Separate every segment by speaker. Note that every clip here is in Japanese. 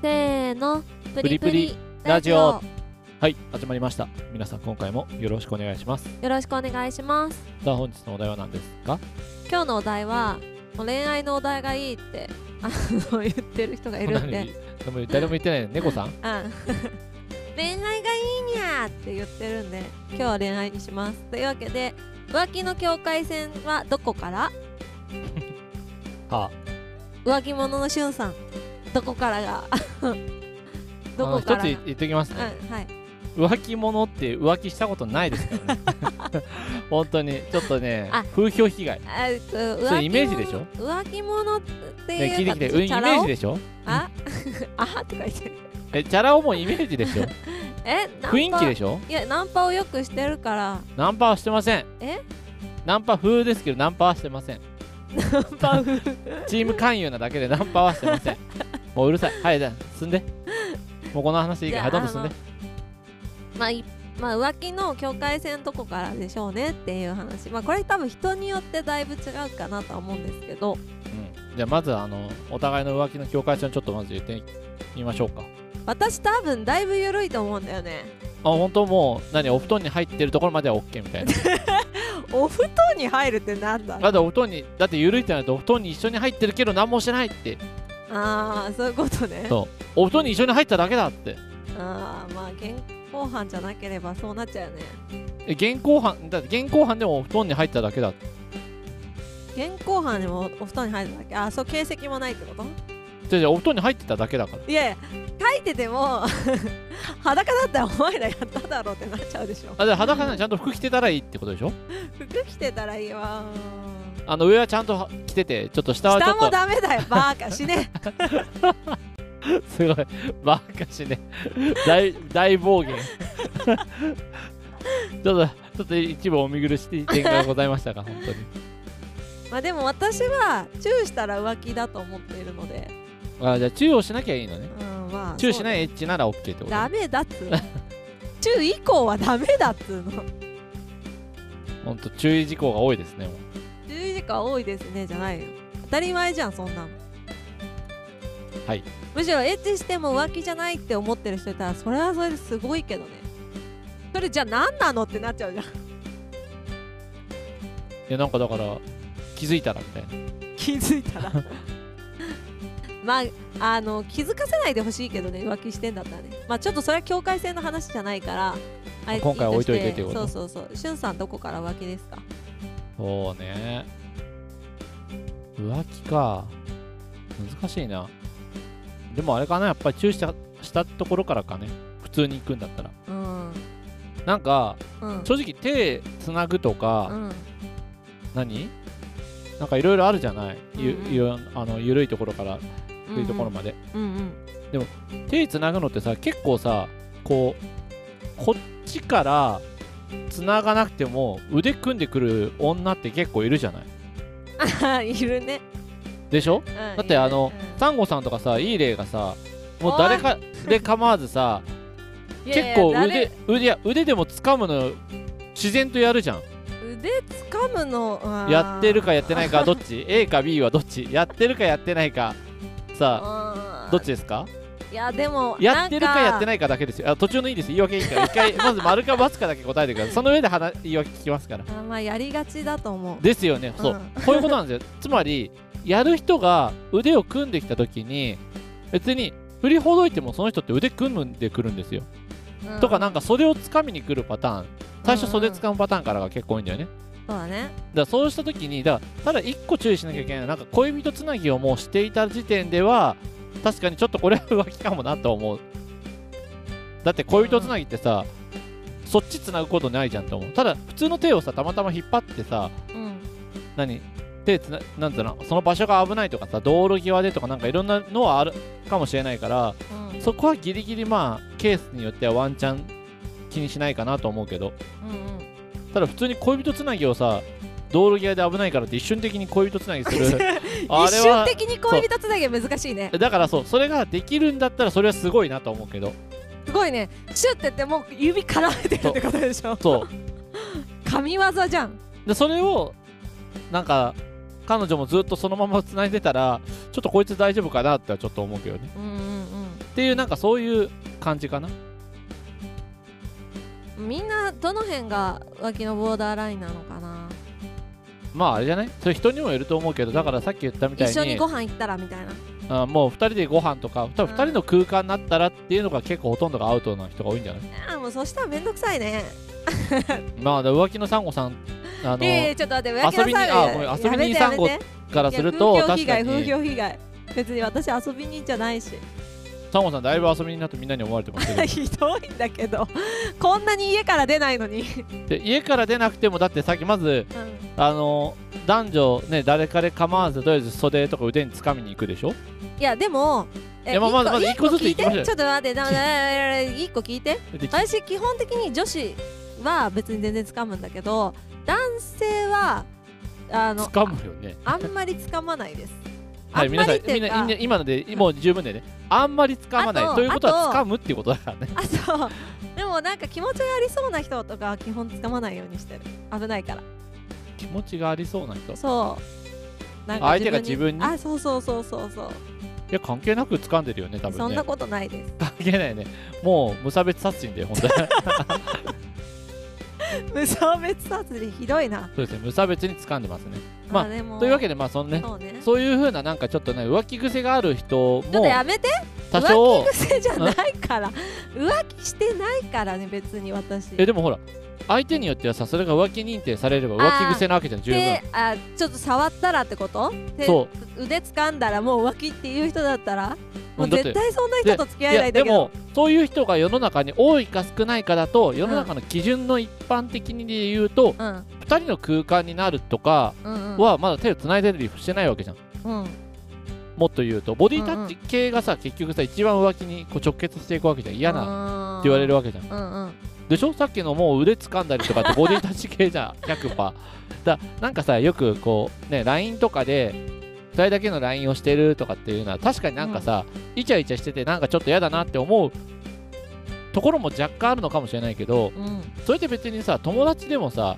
Speaker 1: せーのプリプ
Speaker 2: プリ
Speaker 1: リ
Speaker 2: ラ
Speaker 1: ラ
Speaker 2: ジ
Speaker 1: ジ
Speaker 2: オ
Speaker 1: オ
Speaker 2: はい始まりました皆さん今回もよろしくお願いします
Speaker 1: よろしくお願いします
Speaker 2: さあ本日のお題は何ですか
Speaker 1: 今日のお題はもう恋愛のお題がいいってあの言ってる人がいるんで
Speaker 2: 何でも誰も言ってないね猫さ ん
Speaker 1: うん恋愛がいいにゃーって言ってるんで今日は恋愛にしますというわけで浮気の境界線はどこから
Speaker 2: は
Speaker 1: 浮気者のしゅんさんどこからが
Speaker 2: あ
Speaker 1: どこか
Speaker 2: 一つ
Speaker 1: らが
Speaker 2: 言言っておきます
Speaker 1: うん
Speaker 2: ね、
Speaker 1: はい
Speaker 2: 浮気者って浮気したことないで すからね本当にちょっとね
Speaker 1: あ
Speaker 2: 風評被害ね
Speaker 1: あえっと浮気
Speaker 2: そ
Speaker 1: 者
Speaker 2: れイメージでしょ
Speaker 1: 浮気者っていうか、
Speaker 2: 聞いてきて
Speaker 1: ち
Speaker 2: う
Speaker 1: ょ
Speaker 2: んイメ
Speaker 1: チャラ
Speaker 2: ージ
Speaker 1: 男
Speaker 2: でしょ
Speaker 1: あ あって書いてる
Speaker 2: えチャラ男もイメージで しょ
Speaker 1: え
Speaker 2: 雰囲気で
Speaker 1: し
Speaker 2: しょ
Speaker 1: ょいやナンパをよくしてる から
Speaker 2: ナンパはしてません
Speaker 1: え
Speaker 2: ナンパ風ですけどナンパはしてませんナンパ風チーム勧誘なだけでナンパはしてま せんもううるさいはいじゃあ進んでもうこの話いいからはい
Speaker 1: じ
Speaker 2: ど
Speaker 1: ゃあ
Speaker 2: んどん進んで
Speaker 1: まあいまあ、浮気の境界線どこからでしょうねっていう話、まあ、これ多分人によってだいぶ違うかなとは思うんですけど
Speaker 2: うん、じゃあまずあのお互いの浮気の境界線をちょっとまず言ってみましょうか
Speaker 1: 私多分だいぶ緩いと思うんだよね
Speaker 2: あ本当もう何お布団に入ってるところまでは OK みたいな
Speaker 1: お布団に入るってなんだ
Speaker 2: だってお布団にだって緩いってないとお布団に一緒に入ってるけど何もしてないって
Speaker 1: ああそういうことね
Speaker 2: そうお布団に一緒に入っただけだって
Speaker 1: ああまあ現行犯じゃなければそうなっちゃうよね
Speaker 2: え現行犯だって現行犯でもお布団に入っただけだって
Speaker 1: 現行犯でもお布団に入るだけああそう形跡もないってこと
Speaker 2: じゃあじゃあお布団に入ってただけだから
Speaker 1: いやいや書いてても 裸だったらお前らやっただろうってなっちゃうでしょ
Speaker 2: あじゃあ裸なのにちゃんと服着てたらいいってことでしょ
Speaker 1: 服着てたらいいわ
Speaker 2: あの上はちゃんとは着ててちょっと下はちょ
Speaker 1: 下
Speaker 2: っ
Speaker 1: も
Speaker 2: と
Speaker 1: ダメだよバーカしね
Speaker 2: すごいバカしね大大暴言 ちょっとちょっと一部お見苦しい点がございましたが本当に
Speaker 1: まあでも私はチューしたら浮気だと思っているので
Speaker 2: あじゃあ注意をしなきゃいいのね
Speaker 1: うんまあ
Speaker 2: 注意しないいエッチなら OK ってこと
Speaker 1: ダメだっつうのチュー以降はダメだっつうの
Speaker 2: ほんと注意事項が多いですねもう
Speaker 1: チュー時間多いですねじゃないよ当たり前じゃんそんなの
Speaker 2: はい
Speaker 1: むしろエッチしても浮気じゃないって思ってる人いたらそれはそれですごいけどねそれじゃあ何なのってなっちゃうじゃん
Speaker 2: いやなんかだから気づいたらみたいな
Speaker 1: 気づいたら まああの気づかせないでほしいけどね浮気してんだったらねまあちょっとそれは境界線の話じゃないからあえて
Speaker 2: 今回は置いといてっていうこと
Speaker 1: そうそうそうしゅんさんどこから浮気ですか
Speaker 2: そうね浮気か難しいなでもあれかなやっぱり注意したしたところからかね普通に行くんだったら
Speaker 1: うん
Speaker 2: なんか
Speaker 1: うん
Speaker 2: 正直手つなぐとか、
Speaker 1: うん
Speaker 2: 何なんかいろいろあるじゃない、ゆ
Speaker 1: うんうん
Speaker 2: ゆあの緩いところから
Speaker 1: うん
Speaker 2: 緩いところまで、
Speaker 1: うんうん
Speaker 2: 手つなぐのってさ結構さこうこっちからつながなくても腕組んでくる女って結構いるじゃない
Speaker 1: あは はいるね、
Speaker 2: でしょ
Speaker 1: うん、
Speaker 2: だっ
Speaker 1: い
Speaker 2: て
Speaker 1: る
Speaker 2: あの
Speaker 1: う
Speaker 2: サンゴさんとかさいい例がさもう誰かで構わずさ
Speaker 1: んいやい
Speaker 2: 結
Speaker 1: や
Speaker 2: 構
Speaker 1: 誰
Speaker 2: 腕腕や腕でも掴むの自然とやるじゃん
Speaker 1: 腕掴むのあー
Speaker 2: やってるかやってないかどっち A か B はどっちやってるかやってないかさ
Speaker 1: あー
Speaker 2: どっちですか
Speaker 1: いやでも
Speaker 2: やってるかやって
Speaker 1: ない
Speaker 2: ないかだけですよあ途中のいいです言い訳い いから一回まず丸か×かだけ答えてくださいその上で話言い訳聞きますから
Speaker 1: あーまあやりがちだと思う
Speaker 2: ですよねそう、
Speaker 1: ん
Speaker 2: こういうことなんですよつまりやる人が腕を組んできた時に別に振りほどいてもその人って腕組んでくるんですよ、
Speaker 1: うん
Speaker 2: とかなんか袖を掴みに来るパターン最初袖
Speaker 1: うんうん
Speaker 2: 掴むパターンからが結構多いんだよね
Speaker 1: そうだね
Speaker 2: だからそうした時にだからただ一個注意しなきゃいけないのはなんか恋人つなぎをもうしていた時点では確かにちょっとこれは浮気かもなと思うだって恋人つなぎってさ、そっちつなぐことないじゃんと思うただ普通の手をさたまたま引っ張ってさ
Speaker 1: うん
Speaker 2: 何手つななんていうのその場所が危ないとかさ道路際でとかなんかいろんなのはあるかもしれないから
Speaker 1: うん
Speaker 2: そこはギリギリまあケースによってはワンチャン気にしないかなと思うけど
Speaker 1: うんうん
Speaker 2: ただ普通に恋人つなぎをさ道路際で危ないからって一瞬的に恋人つなぎす るあ
Speaker 1: 一
Speaker 2: れ
Speaker 1: 瞬
Speaker 2: は
Speaker 1: 的に恋人つなぎは難しいね
Speaker 2: だからそうそれができるんだったらそれはすごいなと思うけど
Speaker 1: すごいねシュッてやってもう指絡めてるってことでしょ
Speaker 2: そ
Speaker 1: 神業じゃん
Speaker 2: うでそれをなんか彼女もずっとそのまま繋いでたらちょっとこいつ大丈夫かなってはちょっと思うけどね
Speaker 1: うんうん
Speaker 2: っていうなんかそういう感じかな
Speaker 1: うんみんなどの辺が脇のボーダーラインなのかな
Speaker 2: まああれじゃないそれ人にもよると思うけどだからさっき言ったみたい
Speaker 1: 一緒
Speaker 2: に
Speaker 1: にご飯行ったらみたいな
Speaker 2: あもう2人でご飯とか多分
Speaker 1: うん
Speaker 2: 2人の空間になったらっていうのが結構ほとんどがアウトな人が多いんじゃない
Speaker 1: あもうそしたらめんどくさいね
Speaker 2: まあで浮気のサンゴさんあの
Speaker 1: ええちょっと待って浮気の
Speaker 2: 遊びに
Speaker 1: サ
Speaker 2: あ
Speaker 1: ー
Speaker 2: ご
Speaker 1: ビ
Speaker 2: めん
Speaker 1: や
Speaker 2: 遊びに
Speaker 1: めて
Speaker 2: サ
Speaker 1: や
Speaker 2: ン
Speaker 1: め
Speaker 2: ゴ
Speaker 1: て
Speaker 2: からすると
Speaker 1: いや風評被害
Speaker 2: 確か
Speaker 1: 風
Speaker 2: に
Speaker 1: 評被害別に私遊び人じゃないし
Speaker 2: サンゴさんだいぶ遊びになってみんなに思われてますけど
Speaker 1: ひどいんだけどこんなに家から出ないのに、
Speaker 2: で家から出なくてもだってさっきまずあの男女ね誰かで構わずとりあえず袖とか腕につかみに行くでしょ
Speaker 1: いやでも
Speaker 2: いやまあまずまず
Speaker 1: 一個
Speaker 2: 一個ずつ
Speaker 1: 聞いて
Speaker 2: 行きましょうよ
Speaker 1: ちょっと待ってだめだ一個聞いて
Speaker 2: で
Speaker 1: 私基本的に女子は別に全然掴むんだけど男性はあの
Speaker 2: つかむよね
Speaker 1: あんまり掴まないです
Speaker 2: はい皆さ
Speaker 1: あん
Speaker 2: ん
Speaker 1: まり
Speaker 2: み
Speaker 1: ってい
Speaker 2: ん
Speaker 1: う
Speaker 2: な
Speaker 1: か
Speaker 2: みんな今のでもう十分でねあんまりつかまな
Speaker 1: あ
Speaker 2: い
Speaker 1: と
Speaker 2: ということは
Speaker 1: あ
Speaker 2: つ
Speaker 1: と
Speaker 2: かむっていうことだからね
Speaker 1: あそうでもなんか気持ちがありそうな人とかは基本掴まないようにしてる危ないから
Speaker 2: 気持ちがありそうな人い
Speaker 1: そうなん
Speaker 2: 相手が自分に
Speaker 1: あそうそうそうそうそう、
Speaker 2: や関係なく掴んでるよね
Speaker 1: そ
Speaker 2: 多分
Speaker 1: ん
Speaker 2: ね
Speaker 1: なことないです
Speaker 2: 関係ないねもう無差別殺人で本当に そう
Speaker 1: 無差別殺人ひどいな
Speaker 2: ですね無差別に掴ん でますねまあ
Speaker 1: でも
Speaker 2: というわけでまあそのね
Speaker 1: そうね
Speaker 2: そういう風ななんかちょっとね浮気癖がある人
Speaker 1: ちょっと
Speaker 2: も
Speaker 1: やめて
Speaker 2: 多少
Speaker 1: 浮気癖じゃないから 浮気してないからね別に私
Speaker 2: えでもほら相手によってはさそれが浮気認定されれば浮気癖なわけじゃん十分
Speaker 1: 手あちょっと触ったらってこと手
Speaker 2: そう
Speaker 1: 腕掴んだらもう浮気っていう人だったらも
Speaker 2: う
Speaker 1: うん
Speaker 2: だって
Speaker 1: 絶対そんな人と付き合えないんだ
Speaker 2: で
Speaker 1: けど
Speaker 2: もそういう人が世の中に多いか少ないかだと世の中の基準の一般的にで言うと、
Speaker 1: うん
Speaker 2: 2人の空間になるとか
Speaker 1: うんうん
Speaker 2: はまだ手をつないでたりしてないわけじゃん
Speaker 1: うん
Speaker 2: もっと言うとボディタッチ系がさ結局さ一番浮気にこう直結していくわけじゃん嫌なって
Speaker 1: な
Speaker 2: 言われる
Speaker 1: わ
Speaker 2: わけじゃん
Speaker 1: うんうん
Speaker 2: でしょさっきのもう腕掴んだりとか ってボディタッチ系じゃん100%だなんかさよくこうね LINE とかで2人だけの LINE をしてるとかっていうのは確かになんかさ、イチャイチャしててなんかちょっと嫌だなって思うところも若干あるのかもしれないけど
Speaker 1: うん
Speaker 2: それって別にさ友達でもさ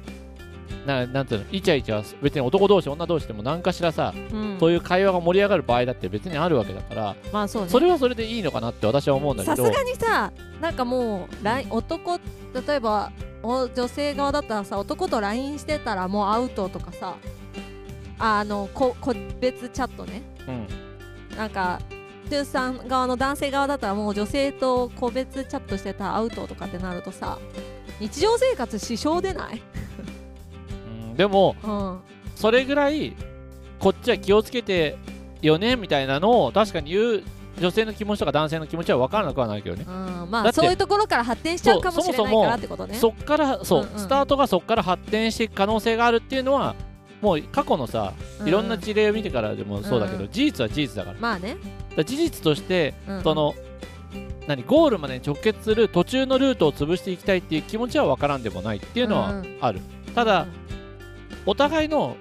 Speaker 2: ななんていうのイチャイチャは別に男同士女同士でも何かしらさ、
Speaker 1: うん
Speaker 2: そういう会話が盛り上がる場合だって別にあるわけだから
Speaker 1: まあそうね
Speaker 2: それはそれでいいのかなって私は思うんだけ
Speaker 1: さす
Speaker 2: ど
Speaker 1: がにさなんかもうライン男例えばお女性側だったらさ男と LINE してたらもうアウトとかさあのこ個別チャットね
Speaker 2: うん
Speaker 1: なんか中さん側の男性側だったらもう女性と個別チャットしてたらアウトとかってなるとさ日常生活支障出ない、
Speaker 2: うんでも
Speaker 1: うん、
Speaker 2: それぐらいこっちは気をつけてよねみたいなのを確かに言う女性の気持ちとか男性の気持ちは分からなくはないけどね、
Speaker 1: うん、ま
Speaker 2: だっ
Speaker 1: あ
Speaker 2: て
Speaker 1: そういうところから発展しちゃうかもしれ
Speaker 2: そう
Speaker 1: な
Speaker 2: そ
Speaker 1: い
Speaker 2: もそも
Speaker 1: からってことね
Speaker 2: そっからそう、
Speaker 1: うんうん
Speaker 2: スタートがそっから発展していく可能性があるっていうのはもう過去のさいろんな
Speaker 1: う
Speaker 2: 事例を見てからでもそうだけど、
Speaker 1: うんう
Speaker 2: 事実は事実だからだか
Speaker 1: まあね、
Speaker 2: ら事実として
Speaker 1: うん
Speaker 2: その、何ゴールまでに直結する途中のルートを潰していきたいっていう気持ちは分からんでもないっていうの
Speaker 1: うんう
Speaker 2: は
Speaker 1: ん
Speaker 2: ある、ただ、お互いの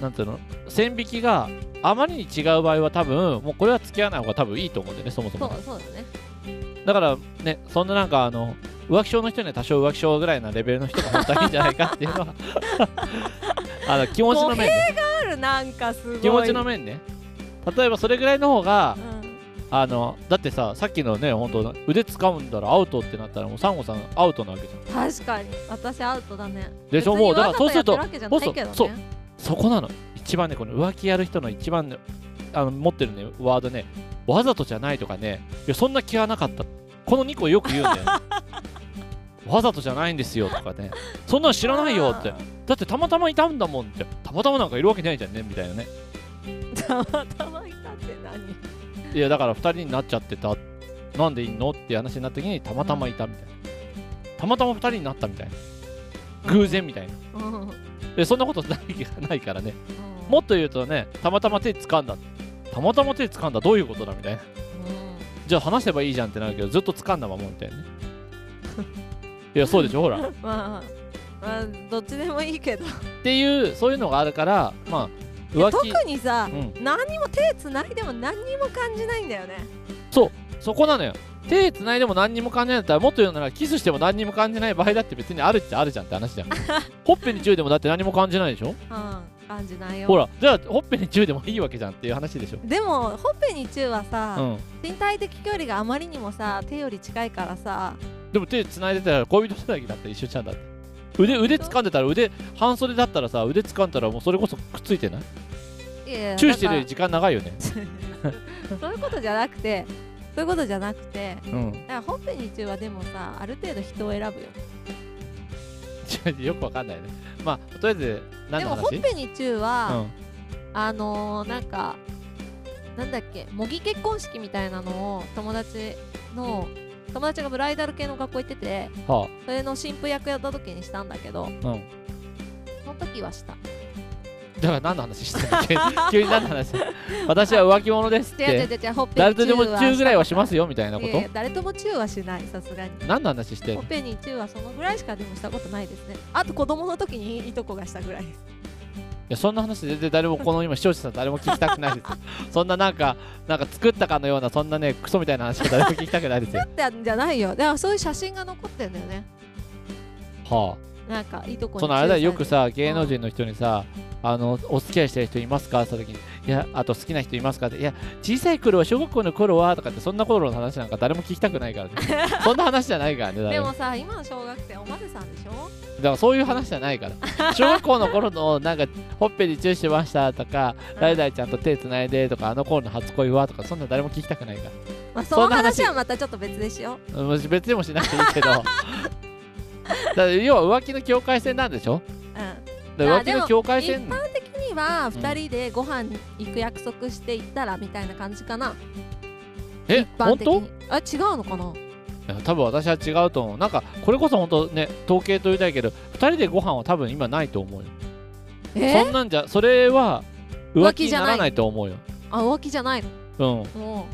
Speaker 2: なんていうの線引きがあまりに違う場合は多分もうこれは付き合わない方が多分いいと思うんだよねそもそ
Speaker 1: そう
Speaker 2: もね
Speaker 1: そうだね
Speaker 2: だからねそんななんかあの浮気症の人には多少浮気症ぐらいなレベルの人が本当はいいんじゃないかっていうのはあの気持ちの面ね
Speaker 1: あるなんかすごい
Speaker 2: 気持ちの面ね例えばそれぐらいの方が
Speaker 1: うん
Speaker 2: あのだってささっきのね本当腕掴んだらアウトってなったらもうサンゴさんアウトなわけじゃん
Speaker 1: 確かに私アウトだね
Speaker 2: でしょもうだからそうすると
Speaker 1: ボス
Speaker 2: ボスそうそこなの一番ねこの浮気やる人の一番ねあの持ってるねワードねわざとじゃないとかねいやそんな気はなかったこの2個よく言うんだよわざとじゃないんですよとかねそんなの知らないよってだってたまたまいたんだもんってたまたまなんかいるわけないじゃんねみたいなね
Speaker 1: たまたまいたって何
Speaker 2: いやだから2人になっちゃってたなんでいんのっていう話になった時にたまたまいたみたいな、たまたま2人になったみたいな偶然みたいな
Speaker 1: うんうん
Speaker 2: でそんなことないないからねもっと言うとねたまたま手掴んだたまたま手掴んだどういうことだみたいなじゃあ話せばいいじゃんってなるけどずっと掴んだままみた いなねいやそうでしょほらっ
Speaker 1: まあまあどっちでもいいけど
Speaker 2: ていうそういうのがあるからまあ浮気
Speaker 1: 特にさ
Speaker 2: うん
Speaker 1: 何にも手つないでも何にも感じないんだよね
Speaker 2: そこなのよ手つないでも何にも感じないんだったらもっと言うならキスしても何にも 感じない場合だって別にあるっちゃあるじゃんって話じゃんほっぺに注意でもだって何も感じないでし
Speaker 1: う
Speaker 2: ょ
Speaker 1: ん感じないよ
Speaker 2: ほらじゃあほっぺにチューでもいいわけじゃんっていう話でしょ
Speaker 1: でもほっぺにチューはさ、
Speaker 2: うん
Speaker 1: 身体的距離があまりにもさ手より近いからさ
Speaker 2: でも手繋いでたら恋人つなぎだったら一緒じゃんだって腕腕掴んでたら腕半袖だったらさ腕掴んだらもうそれこそくっついてない
Speaker 1: いやいや
Speaker 2: チューしてるよ
Speaker 1: な
Speaker 2: り
Speaker 1: んか
Speaker 2: 時間長いよね
Speaker 1: そういうことじゃなくてそういうことじゃなくて
Speaker 2: うん
Speaker 1: だからほっぺにチューはでもさある程度人を選ぶよ
Speaker 2: ちょよくわかんないね まあとりあえず何
Speaker 1: で
Speaker 2: の
Speaker 1: もほっ
Speaker 2: 話
Speaker 1: ぺにチューは、
Speaker 2: うん
Speaker 1: あのー、なんかなんだっけ模擬結婚式みたいなのを友達の友達がブライダル系の学校行ってて
Speaker 2: は
Speaker 1: それの新婦役やった時にしたんだけど
Speaker 2: あうん
Speaker 1: その時はした
Speaker 2: だから何の話して んの急に急に何の話私は浮気者ですっ
Speaker 1: 違う違う
Speaker 2: て
Speaker 1: 違うほっぺ
Speaker 2: 誰
Speaker 1: にチ
Speaker 2: と
Speaker 1: ュ
Speaker 2: で
Speaker 1: ー
Speaker 2: も
Speaker 1: は
Speaker 2: チューぐらいはしますすよみたいなこ
Speaker 1: いや
Speaker 2: と
Speaker 1: 誰ともチューはしないさすがに
Speaker 2: 何の話してん
Speaker 1: ほ
Speaker 2: の
Speaker 1: っぺにチューはそのぐらいしかでもしたことないですねあと子供の時にいとこがしたぐらい
Speaker 2: いやそんな話全然誰もこの今視聴者さん誰も聞きたくないですそんななんかなんか作ったかのようなそんなねクソみたいな話は誰も聞きたくないですよ
Speaker 1: だってじゃないよだからそういう写真が残ってんだよね
Speaker 2: はあ
Speaker 1: なんかいとこに
Speaker 2: そのあれだよよく
Speaker 1: チュー
Speaker 2: さ芸能人の人にさ、あのお付き合いしてる人いますかって言った時にいやあと好きな人いますかっていや小さい頃は小学校の頃はとかってそんな頃の話なんか誰も聞きたくな いからねそんな話じゃないからね
Speaker 1: されて
Speaker 2: 誰
Speaker 1: るでも
Speaker 2: も
Speaker 1: さ今の小学生おませさんでしょ
Speaker 2: だからそういう話じゃないから小学校の頃のなんかほっぺにチューしてましたとか
Speaker 1: うん
Speaker 2: 誰々ちゃんと手つないでとかあの頃の初恋はとかそんな誰も聞きたくないか
Speaker 1: まあ、
Speaker 2: そ
Speaker 1: そ
Speaker 2: ん
Speaker 1: の
Speaker 2: な
Speaker 1: 話
Speaker 2: 話
Speaker 1: はまたちょっと別でしよ
Speaker 2: らもし別でもしなくていいけ どだから要は浮気の境界線なんでしょ
Speaker 1: う。うん、
Speaker 2: だから
Speaker 1: あ
Speaker 2: 浮気
Speaker 1: で
Speaker 2: の
Speaker 1: も
Speaker 2: 境界線
Speaker 1: 的には2人でご飯行く約束して行ったらみたいな感じかな。
Speaker 2: え
Speaker 1: 一般
Speaker 2: 本
Speaker 1: 的
Speaker 2: 当
Speaker 1: にあ違うのかない
Speaker 2: や多分私は違うと思うなんかこれこそ本当ね統計取りたいけど2人でご飯は多分今ないと思うよ
Speaker 1: え
Speaker 2: そんなんじゃそれは浮
Speaker 1: 浮
Speaker 2: 気
Speaker 1: 気
Speaker 2: に
Speaker 1: じゃ
Speaker 2: な
Speaker 1: ない
Speaker 2: らないと思うよ
Speaker 1: あ浮気じゃないの
Speaker 2: うん
Speaker 1: も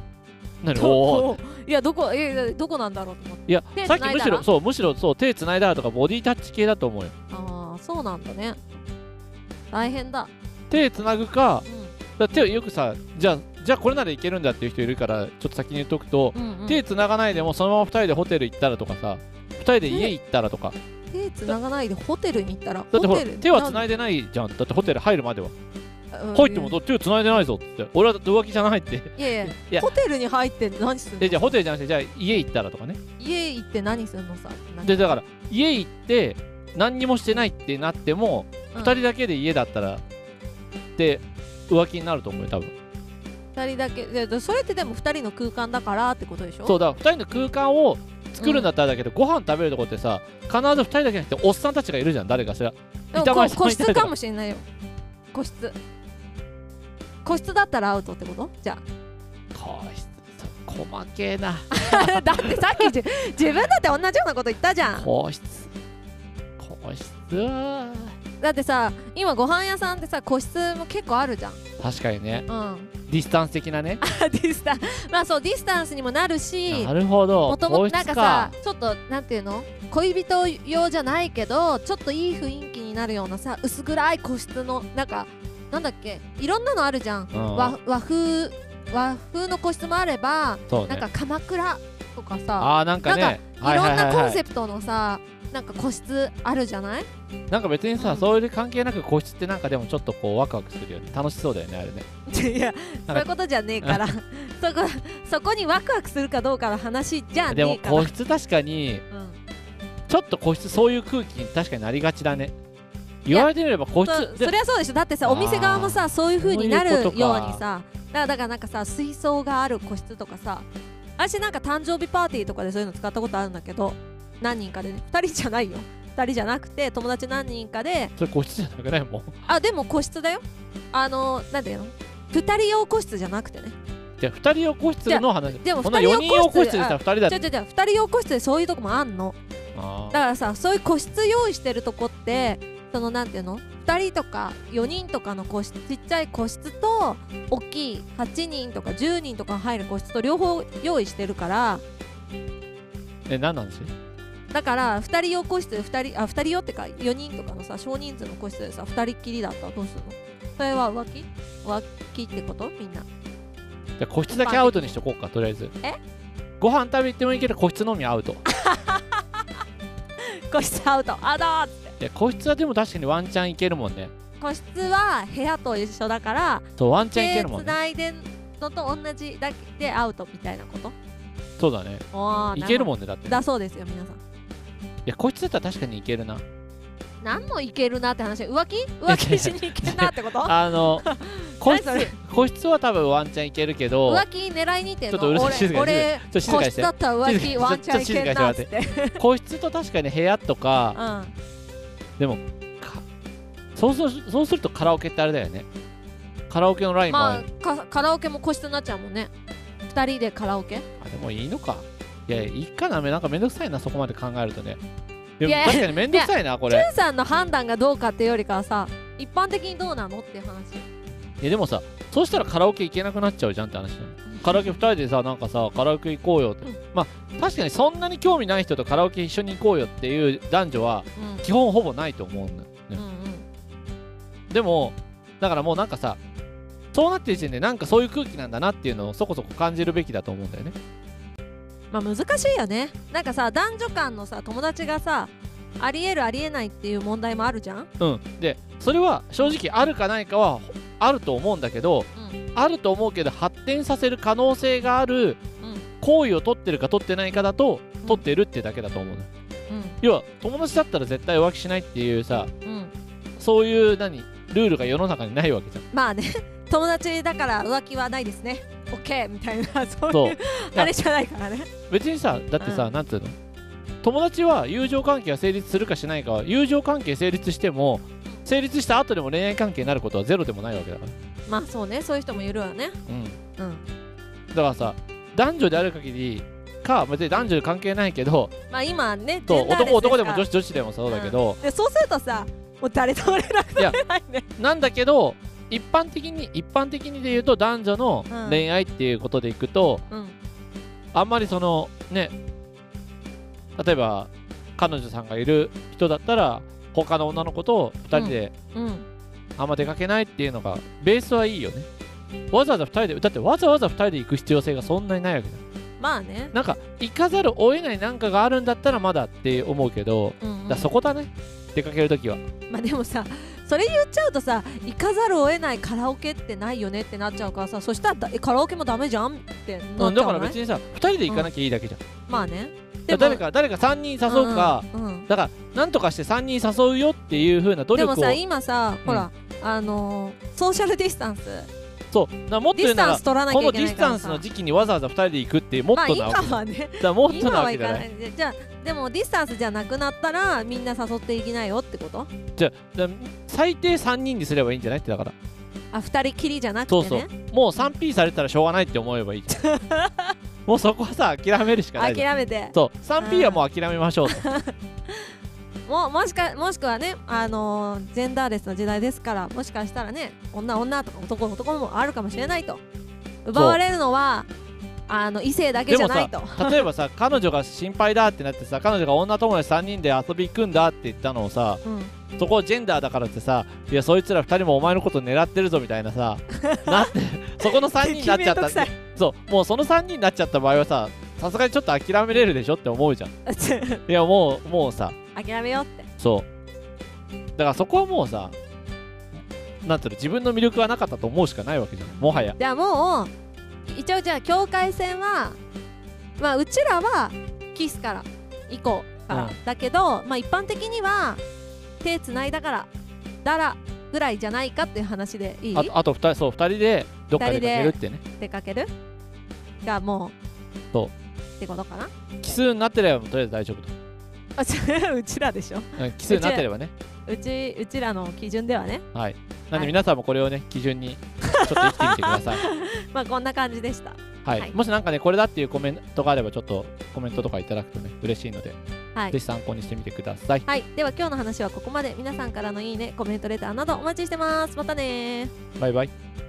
Speaker 1: う
Speaker 2: 何
Speaker 1: と
Speaker 2: おお
Speaker 1: といやどこえどこなんだろうと思って
Speaker 2: いや
Speaker 1: 手
Speaker 2: さっ
Speaker 1: 繋
Speaker 2: き
Speaker 1: い
Speaker 2: む
Speaker 1: だ
Speaker 2: し
Speaker 1: ら
Speaker 2: ろそうむしろそう手つないだらとかボディタッチ系だと思うよ
Speaker 1: ああそうなんだね大変だ、
Speaker 2: 手つなぐか
Speaker 1: う
Speaker 2: だ手をよくさじゃあじゃあこれならいけるんだっていう人いるからちょっと先に言っとくと、
Speaker 1: んうんうん、
Speaker 2: 手つながないでもそのまま2人でホテル行ったらとかさ2人で家行ったらとか
Speaker 1: 手つながないでホテルに行ったら
Speaker 2: だってほ
Speaker 1: ホ
Speaker 2: ら
Speaker 1: テル
Speaker 2: 手はつないいでないじゃんだってホテル入るまでは
Speaker 1: で
Speaker 2: 入っても手つないでないぞって俺はだって浮気じゃないって
Speaker 1: いやいや
Speaker 2: いや
Speaker 1: ホテルに入って何すんの
Speaker 2: でじゃあホテルじゃなくてじゃあ家行ったらとかね
Speaker 1: 家行って何すんのさ
Speaker 2: でだから家行って何にもしてないってなっても、
Speaker 1: う
Speaker 2: 二
Speaker 1: ん
Speaker 2: 2人だけで家だったらって浮気になると思うよ多分
Speaker 1: 2人だけででそれってでも2人の空間だからってことでしょ
Speaker 2: そうだから2人の空間を作るんだったらだけど、ご飯食べるとこってさ必ず2人だけじゃなくておっさんたちがいるじゃん誰かしら
Speaker 1: でも
Speaker 2: 板前
Speaker 1: こ
Speaker 2: さん
Speaker 1: 個
Speaker 2: みたいな
Speaker 1: 室かもしれないよ個室個室だったらアウトってことじゃ
Speaker 2: こいつ細けえな
Speaker 1: あ だってさっきじ自分だって同じようなこと言ったじゃん
Speaker 2: 個室個室は
Speaker 1: だってさ今ご飯屋さんってさ個室も結構あるじゃん
Speaker 2: 確かにね
Speaker 1: うん
Speaker 2: ディスタンス的なね
Speaker 1: ディスタンまあそうディスタンスにもなるし
Speaker 2: なるほど
Speaker 1: もとも
Speaker 2: 個
Speaker 1: と
Speaker 2: 室
Speaker 1: なんかさちょっとなんていうの恋人用じゃないけどちょっといい雰囲気になるようなさ薄暗い個室のなんかなんだっけいろんなのあるじゃん、
Speaker 2: うん
Speaker 1: 和和風和風の個室もあれば、
Speaker 2: そ
Speaker 1: な
Speaker 2: う
Speaker 1: ん
Speaker 2: ね
Speaker 1: か鎌倉とかさ
Speaker 2: ああなんかね
Speaker 1: いろんなコン
Speaker 2: プ
Speaker 1: セプトのさなんか個室あるじゃ ない
Speaker 2: なんか別にさ、
Speaker 1: うん
Speaker 2: そういう関係なく個室ってなんかでもちょっとこうワクワクするよね楽しそうだよねあれね
Speaker 1: いやそ
Speaker 2: なんか
Speaker 1: ういうことじゃねえから そこそこにワクワクするかどうかの話じゃ
Speaker 2: でも
Speaker 1: ねえから
Speaker 2: 個室確かに
Speaker 1: うん
Speaker 2: ちょっと個室そういう空気に確かになりがちだね言われてみれば個室
Speaker 1: そう
Speaker 2: で
Speaker 1: そりゃそうでしょだってさ
Speaker 2: あー
Speaker 1: お店側もさそういう風になる
Speaker 2: そ
Speaker 1: よ
Speaker 2: う
Speaker 1: う
Speaker 2: いうこと
Speaker 1: に
Speaker 2: か
Speaker 1: さだからだからなんかさ水槽がある個室とかさ私なんか誕生日パーティーとかでそういうの使ったことあるんだけど何人かでね2人じゃないよ2人じゃなくて友達何人かで
Speaker 2: それ個室じゃなくないもん
Speaker 1: あでも個室だよあのなんていうの2人用個室じゃなくてね
Speaker 2: じゃあ2人用個室の話
Speaker 1: でも
Speaker 2: そんな
Speaker 1: 二
Speaker 2: 4
Speaker 1: 人
Speaker 2: 人
Speaker 1: 用
Speaker 2: 用
Speaker 1: 個
Speaker 2: 個
Speaker 1: 室
Speaker 2: 室でさ2人だっ
Speaker 1: じゃ
Speaker 2: て
Speaker 1: じゃじゃ2人用個室でそういうとこもあんのだ
Speaker 2: あー
Speaker 1: からさそういう個室用意してるとこってそのなんていうの2人とか4人とかの個室ちっちゃい個室と大きい8人とか10人とか入る個室と両方用意してるから
Speaker 2: え何なんですよ
Speaker 1: だから2人用個室で2人あ二人用ってか4人とかのさ少人数の個室でさ2人っきりだったらどうするのそれは浮気浮気ってことみんな
Speaker 2: じゃあ個室だけアウトにしとこうかとりあえず
Speaker 1: え
Speaker 2: ご飯食べ行ってもいいけど個室のみアウト
Speaker 1: 個室アウトアウト
Speaker 2: いや個室はでも確かにワンチャンいけるもんね
Speaker 1: 個室は部屋と一緒だから
Speaker 2: そうワンチャンいけ
Speaker 1: 手
Speaker 2: るも
Speaker 1: つ
Speaker 2: んね
Speaker 1: ないでんのと同じだけでアウトみたいなこと
Speaker 2: そうだね
Speaker 1: おー
Speaker 2: いける
Speaker 1: なほ
Speaker 2: もんねだって
Speaker 1: ど
Speaker 2: い
Speaker 1: だそうですよ皆さん
Speaker 2: やこいつだったら確かにいけるな
Speaker 1: 何のいけるなって話浮気浮気しにいけんなってこと
Speaker 2: あの個 室
Speaker 1: 何それ
Speaker 2: 個室は多分ワンチャンいけるけど
Speaker 1: 浮気狙いに行ってんの
Speaker 2: ちょっとうるさい静か
Speaker 1: 俺俺
Speaker 2: にちょっと静
Speaker 1: 個
Speaker 2: かにし
Speaker 1: 室
Speaker 2: て
Speaker 1: だったら浮
Speaker 2: 静かに
Speaker 1: 気ワンチャンいけんなっつって
Speaker 2: 個室と確かに部屋とか
Speaker 1: うん
Speaker 2: かそうするそうするとカラオケってあれだよねカラオケのラインもあ
Speaker 1: ま
Speaker 2: る、
Speaker 1: あかカラオケも個室になっちゃうもんね2人でカラオケ
Speaker 2: あ、でもいいのかいやいいかなめなんかめんどくさいなそこまで考えるとねで
Speaker 1: い
Speaker 2: も
Speaker 1: や
Speaker 2: 確かにめんどくさいなこれ
Speaker 1: さんの判断がどうかっていうよりかはさ一般的にどうなのっていう話
Speaker 2: いやでもさそうしたらカラオケ行けなくなっちゃうじゃんって話だよカラオケ2人でさなんかさカラオケ行こうよって、
Speaker 1: うん
Speaker 2: まあ確かにそんなに興味ない人とカラオケ一緒に行こうよっていう男女は基本ほぼないと思うんだよ
Speaker 1: うん
Speaker 2: ね
Speaker 1: うん
Speaker 2: でもだからもうなんかさそうなってる時点でなんかそういう空気なんだなっていうのをそこそこ感じるべきだと思うんだよね
Speaker 1: まあ難しいよねなんかさ男女間のさ友達がさありえるありえないっていう問題もあるじゃん
Speaker 2: うん、でそれは正直あるかないかはほあると思うんだけど、
Speaker 1: う
Speaker 2: あると思うけど発展させる可能性があ
Speaker 1: う
Speaker 2: る
Speaker 1: ん
Speaker 2: 行為を取ってるか取ってないかだと
Speaker 1: うん
Speaker 2: 取ってるってだけだと思うの、
Speaker 1: う
Speaker 2: 要は友達だったら絶対浮気しないっていうさ
Speaker 1: んうん
Speaker 2: そういう何ルールが世の中にないわけじゃん
Speaker 1: まあね 友達だから浮気はないですねオッケーみたいなそう
Speaker 2: そ
Speaker 1: いううあれじゃないからね
Speaker 2: 別にさだってさ、
Speaker 1: う
Speaker 2: なんつうの友達は友情関係が成立するかしないかは友情関係成立しても成立した後でも恋愛関係になることはゼロでもないわけだから
Speaker 1: まあそうねそういう人もいるわね
Speaker 2: うん
Speaker 1: うん
Speaker 2: だからさ男女である限りか別に男女関係ないけど
Speaker 1: まあ今ね
Speaker 2: そう男男でも女
Speaker 1: 子
Speaker 2: 子女子でもそうだけど、
Speaker 1: でそうするとさもう誰とも連絡取れないね
Speaker 2: なんだけど一般的に一般的にで言うと男女の
Speaker 1: うん
Speaker 2: 恋愛っていうことでいくと、
Speaker 1: うん
Speaker 2: あんまりそのね例えば彼女さんがいる人だったら他の女の子と2人で
Speaker 1: うん
Speaker 2: あんま出かけないっていうのがベースはいいよねわざわざ2人でだってわざわざ2人で行く必要性がそんなにないわけだ
Speaker 1: まあね
Speaker 2: なんか行かざるを得ないなんかがあるんだったらまだって思うけど、
Speaker 1: うんうん
Speaker 2: だからそこだね出かけるときは
Speaker 1: まあでもさそれ言っちゃうとさ行かざるを得ないカラオケってないよねってなっちゃうからさそしたらだえカラオケもダメじゃんってな
Speaker 2: う
Speaker 1: っ
Speaker 2: ん
Speaker 1: ちゃ
Speaker 2: だ
Speaker 1: う
Speaker 2: か
Speaker 1: の
Speaker 2: ら
Speaker 1: ね
Speaker 2: 別にさ2人で行かなきゃいいだけじゃん、
Speaker 1: まあね
Speaker 2: だから誰か誰か3人誘うか、、
Speaker 1: んんうん
Speaker 2: だからなんとかして3人誘うよっていう風な努
Speaker 1: で
Speaker 2: 力
Speaker 1: も
Speaker 2: を
Speaker 1: さ今さほら、あのーソーシャルディスタンス
Speaker 2: そうなもっと
Speaker 1: ディス
Speaker 2: 言うな
Speaker 1: タン
Speaker 2: ら
Speaker 1: ス取らなきゃ
Speaker 2: こ
Speaker 1: いけな
Speaker 2: の
Speaker 1: いか
Speaker 2: デ
Speaker 1: ら
Speaker 2: ィスタンスの時期にわざわざ2人で行くっていうもっとなわ
Speaker 1: まあ
Speaker 2: け、
Speaker 1: 今はね
Speaker 2: だからもっと
Speaker 1: 今
Speaker 2: なわ
Speaker 1: は
Speaker 2: け
Speaker 1: 行
Speaker 2: じゃ
Speaker 1: か
Speaker 2: な
Speaker 1: ないいじゃあでもディスタンスじゃなくなったらみんな誘っていきなよってこと
Speaker 2: じゃあだから最低3人にすればいいんじゃないってだから
Speaker 1: あ二人きりじゃなくて
Speaker 2: そ
Speaker 1: ね
Speaker 2: うそうもう 3P されたらしょうがないって思えばいいじ ゃんもうそこはさ諦めるしかない
Speaker 1: 諦
Speaker 2: じゃん
Speaker 1: めて
Speaker 2: そう 3P はもう諦めましょうと
Speaker 1: ももしかもしくはね、あのージェンダーレスの時代ですからもしかしたらね女女とか男男もあるかもしれないと奪われるのはあの異性だけ
Speaker 2: で
Speaker 1: じゃな
Speaker 2: もさ
Speaker 1: いと、
Speaker 2: 例えばさ彼女が心配だってなってさ彼女が女友達3人で遊び行くんだって言ったのをさ
Speaker 1: うん、
Speaker 2: そこをジェンダーだからってさいやそいつら2人もお前のこと狙ってるぞみたい なさなってそこの3人になっちゃ
Speaker 1: 敵面
Speaker 2: った
Speaker 1: 倒くさい
Speaker 2: そうもうその3人になっちゃった場合はささすがにちょっと諦めれるでしょって思うじゃんいやもうもうさ
Speaker 1: 諦めようって
Speaker 2: そうだからそこはもうさなんていうの自分の魅力はなかったと思うしかないわけじゃんもはや
Speaker 1: じゃあもう一応じゃあ境界線はまあうちらはキスから以降から、
Speaker 2: うん
Speaker 1: だけどまあ一般的には手つないだからだらぐらいじゃないかっていう話でいい
Speaker 2: あとあと2人そう2人でどっか
Speaker 1: 二人
Speaker 2: で
Speaker 1: で
Speaker 2: 出かけるってね
Speaker 1: 出かけるがもう
Speaker 2: そ
Speaker 1: っ
Speaker 2: う
Speaker 1: てことかな
Speaker 2: 奇数になってればとりあえず大丈夫と
Speaker 1: あ違うう ちらでしょ
Speaker 2: うん奇数になってればね
Speaker 1: うちうちらの基準ではね
Speaker 2: はい。なん
Speaker 1: はい
Speaker 2: で皆さんもこれをね、基準にちょっと生きてみてくだ さい。
Speaker 1: まあこんな感じでした
Speaker 2: はい。
Speaker 1: はい
Speaker 2: もしなんかね、これだっていうコメントがあれば、ちょっとコメントとかいただくとね、嬉しいので、
Speaker 1: はい
Speaker 2: ぜひ参考にしてみてください。
Speaker 1: はいでは今日の話はここまで皆さんからのいいねコメントレターなどお待ちしてますまたねー
Speaker 2: バイバイ。